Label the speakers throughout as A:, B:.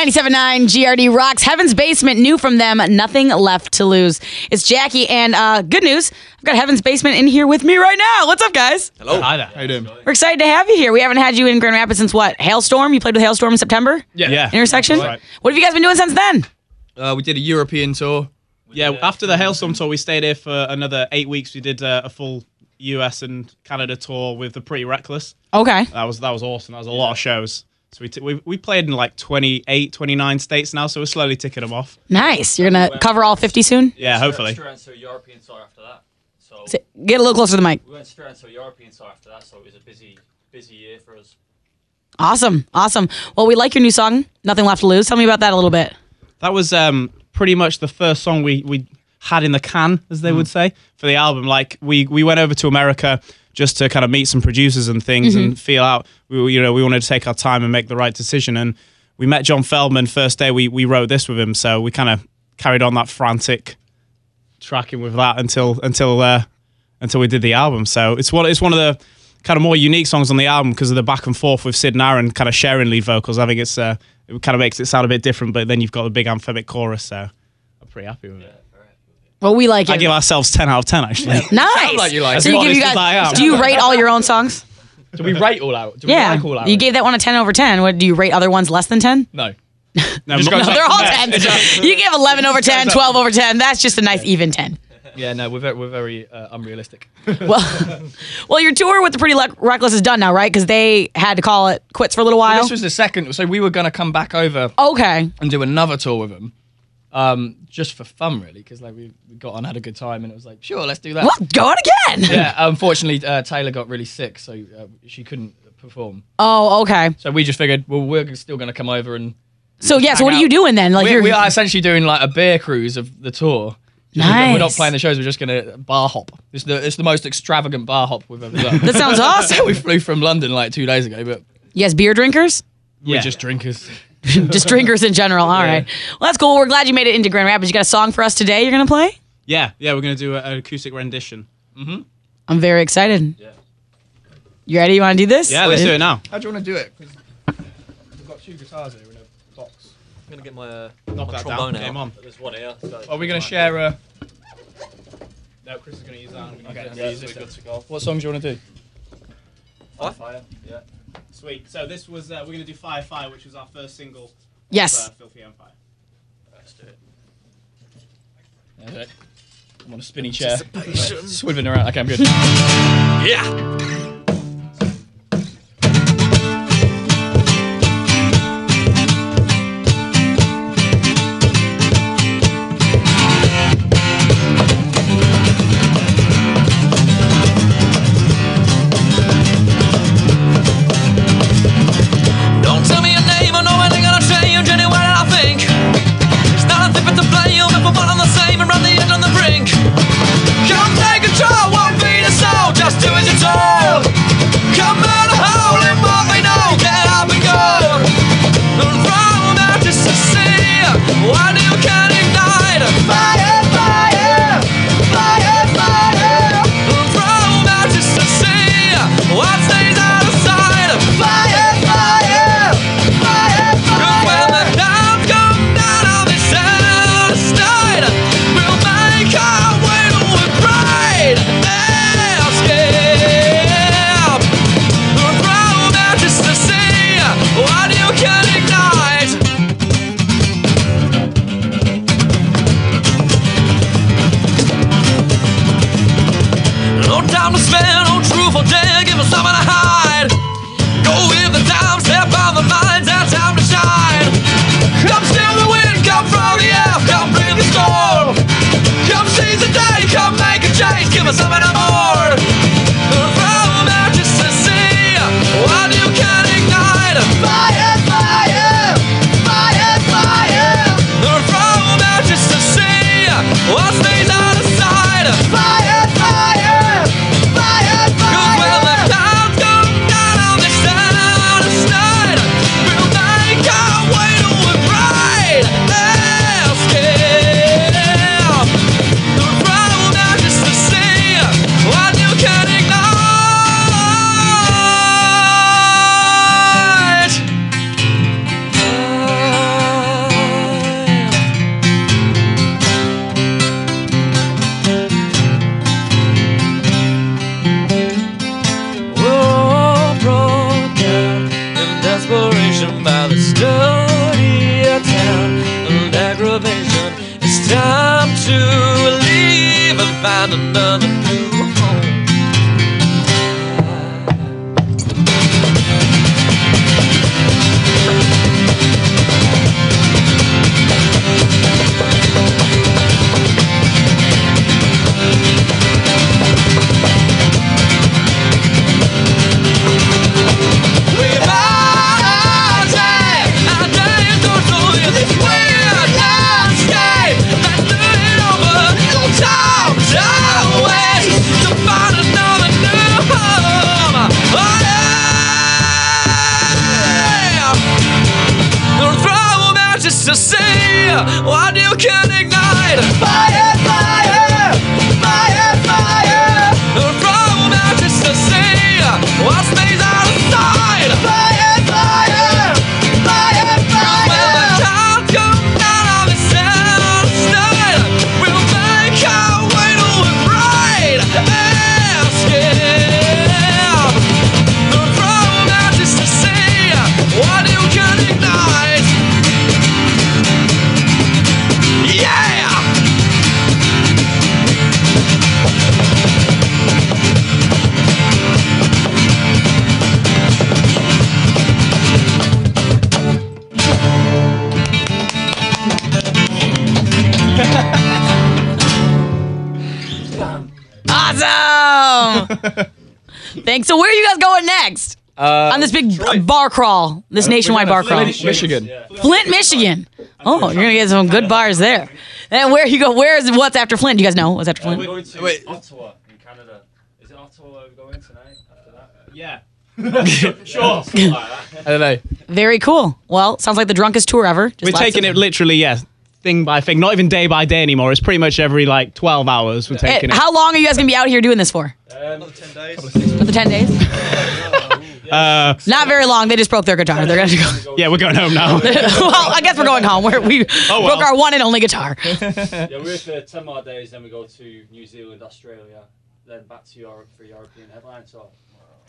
A: 97.9 GRD rocks. Heaven's Basement, new from them. Nothing left to lose. It's Jackie, and uh, good news. I've got Heaven's Basement in here with me right now. What's up, guys?
B: Hello.
C: Hi there.
B: How you doing?
A: We're excited to have you here. We haven't had you in Grand Rapids since what? Hailstorm? You played with Hailstorm in September?
B: Yeah. Yeah.
A: Intersection?
B: That's right.
A: What have you guys been doing since then?
B: Uh, we did a European tour.
C: Yeah, after the Hailstorm tour, we stayed here for another eight weeks. We did uh, a full US and Canada tour with the Pretty Reckless.
A: Okay.
C: That was that was awesome. That was a lot of shows. So we, t- we, we played in like 28, 29 states now, so we're slowly ticking them off.
A: Nice. You're going to cover all 50 soon?
C: Yeah, hopefully.
D: Straight into a European tour after that. So
A: Sit- Get a little closer to the mic.
D: we went straight into a European tour after that. So it was a busy, busy year for us.
A: Awesome. Awesome. Well, we like your new song, Nothing Left to Lose. Tell me about that a little bit.
C: That was um, pretty much the first song we, we had in the can, as they would say, for the album. Like we we went over to America just to kind of meet some producers and things and feel out. We were- you know we wanted to take our time and make the right decision. And we met John Feldman first day. We we wrote this with him, so we kind of carried on that frantic tracking with that until until uh, until we did the album. So it's one it's one of the kind of more unique songs on the album because of the back and forth with Sid and Aaron kind of sharing lead vocals. I think it's uh, it kind of makes it sound a bit different, but then you've got the big anthemic chorus. So I'm pretty happy with it.
A: Well, we like
C: I
A: it.
C: give ourselves ten out of ten actually.
A: nice.
B: like you like
A: so
C: it.
A: you give you
C: Honest as I
A: guys.
C: am.
A: Do you rate all your own songs?
B: Do we rate all out? Do we
A: Yeah.
B: like all out?
A: you gave that one a 10 over 10. What do you rate other ones less than 10?
B: no.
C: No,
B: Just
C: no,
B: go
A: No,
B: Like
A: they're all
B: that.
A: 10s. You give 11 over 10, 12 over 10. That's just a nice even 10.
B: Yeah, no. We're very, we're very uh, unrealistic.
A: Well, well, your tour with the Pretty Luck- Reckless is done now, right? Because they had to call it quits for a little while.
B: This was the second. So we were gonna come back over
A: okay.
B: and do another tour with them, um, just for fun, really, because like we, we got on, had a good time, and it was like, sure, let's do that.
A: Well, go on again.
B: Yeah. Unfortunately, uh, Taylor got really sick, so uh, she couldn't perform.
A: Oh, okay.
B: So we just figured, well, we're still gonna come over and
A: So, yeah, so
B: Hang
A: what are
B: out.
A: you doing then? Like,
B: we're,
A: you're,
B: we are essentially doing like a beer cruise of the tour. Just we're- We're not
A: Nice.
B: playing the shows. We're just going to bar hop. It's the it's the most extravagant bar hop we've ever done.
A: that sounds awesome.
B: we flew from London like two days ago, but
A: You guys beer drinkers?
B: we're just drinkers.
A: just drinkers in general. All right. Well, that's cool. We're glad you made it into Grand Rapids. You got a song for us today you're going to play?
C: yeah, yeah. We're gonna do a- an acoustic rendition.
A: I'm very excited. Yeah. You ready? You want to do this?
C: Yeah, let's do it now.
B: How do you want to do it? Because we've got two guitars here in a box.
D: I'm gonna get my, uh,
C: Knock
D: my
C: that down.
D: trombone out.
C: Game on.
D: There's one here.
B: Are we going to share uh, a?
C: No, Chris is gonna use that.
B: Okay,
D: Yeah, so we're good to go.
B: What songs do you want to do?
D: Fire, fire. Yeah.
C: Sweet. So this was uh, we're gonna do Fire Fire, which was our first single.
A: Yes.
C: For Filthy Empire.
D: Let's do it.
B: Okay. I'm on a spinny chair, swiveling around. Okay, I'm good.
D: Yeah.
E: Don't tell me your name, I know I ain't gonna change anyway that I think. It's not a thing but to blame, if I'm one on the same and run the edge on the brink. Can't take control, won't be the soul, just do as you're told. find another new home. What you can ignite Fire, fire, fire, fire From mountains to sea What stays out of sight Fire, fire, fire, fire When the time comes out of its side We'll make our way to a bright escape From mountains to sea What you can ignite yeah!
A: Awesome. Thanks. So where are you guys going next?
B: Uh,
A: On this big b- bar crawl,
C: Uh,
A: this nationwide bar crawl,
C: finish
B: Michigan.
A: Flint, Michigan. Oh, you're gonna get some good bars there. And where you go? Where is what's after Flint? You guys know what's after Flint?
C: Uh,
D: We're going to
C: wait.
D: Ottawa in Canada. Is it Ottawa we're going tonight after that?
C: Yeah.
D: Sure. something like that.
B: I don't know.
A: Very cool. Well, sounds like the drunkest tour ever. Just
C: We're
A: lots
C: taking
A: of-
C: it literally, yeah, thing by thing. Not even day by day anymore. It's pretty much every like 12 hours we're
A: Hey,
C: taking it.
A: Eh, how long are you guys gonna be out here doing this for?
D: Another 10 days.
A: For the ten days?
C: Uh,
A: Not very long. They just broke their guitar. They're gonna go.
C: yeah, we're going home now.
A: well, I guess we're going home. We're, we
C: Oh, well.
A: broke our one and only guitar.
D: Yeah, we're for 10 more days, then we go to New Zealand, Australia, then back to Europe for European headline
C: Oh,
D: tour.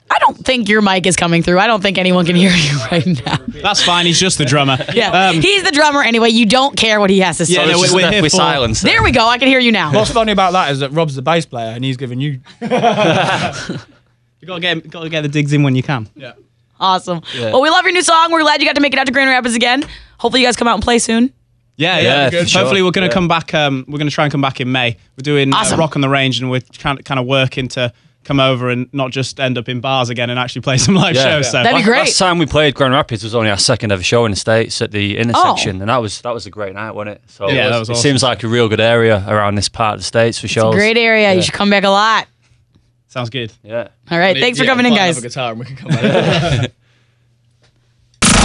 A: I don't think your mic is coming through. I don't think anyone can hear you right now.
C: That's fine. He's just the drummer.
A: Yeah,
C: Um,
A: he's the drummer anyway. You don't care what he has to say.
C: Yeah, no, we're, we're here for
A: there we go. I can hear you now.
B: What's funny about that is that Rob's the bass player and he's giving you.
C: You gotta get, gotta get the digs in when you can.
B: Yeah.
A: Awesome. Well, we love your new song. We're glad you got to make it out to Grand Rapids again. Hopefully, you guys come out and play soon.
C: Yeah, yeah.
F: Yeah, for sure.
C: Hopefully, we're gonna
F: Yeah.
C: come back. Um, we're gonna try and come back in May. We're doing uh,
A: Awesome.
C: Rock on the Range, and we're trying to kind of working to come over and not just end up in bars again and actually play some live
F: Yeah.
C: shows.
F: Yeah.
C: So
A: That'd be great.
F: Last time we played Grand Rapids was only our second ever show in the states at the
A: Oh.
F: intersection, and that was that was a great night, wasn't it? So
C: Yeah,
F: it, was-
C: that was
F: it
C: awesome.
F: seems like a real good area around this part of the states for shows.
A: Great area. You
F: Yeah.
A: should come back a lot.
C: sounds good.
F: Yeah.
A: All right. Thanks for
B: Yeah,
A: coming in,
B: buy another
A: guys.
B: Guitar and we can come back.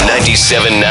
G: 97.9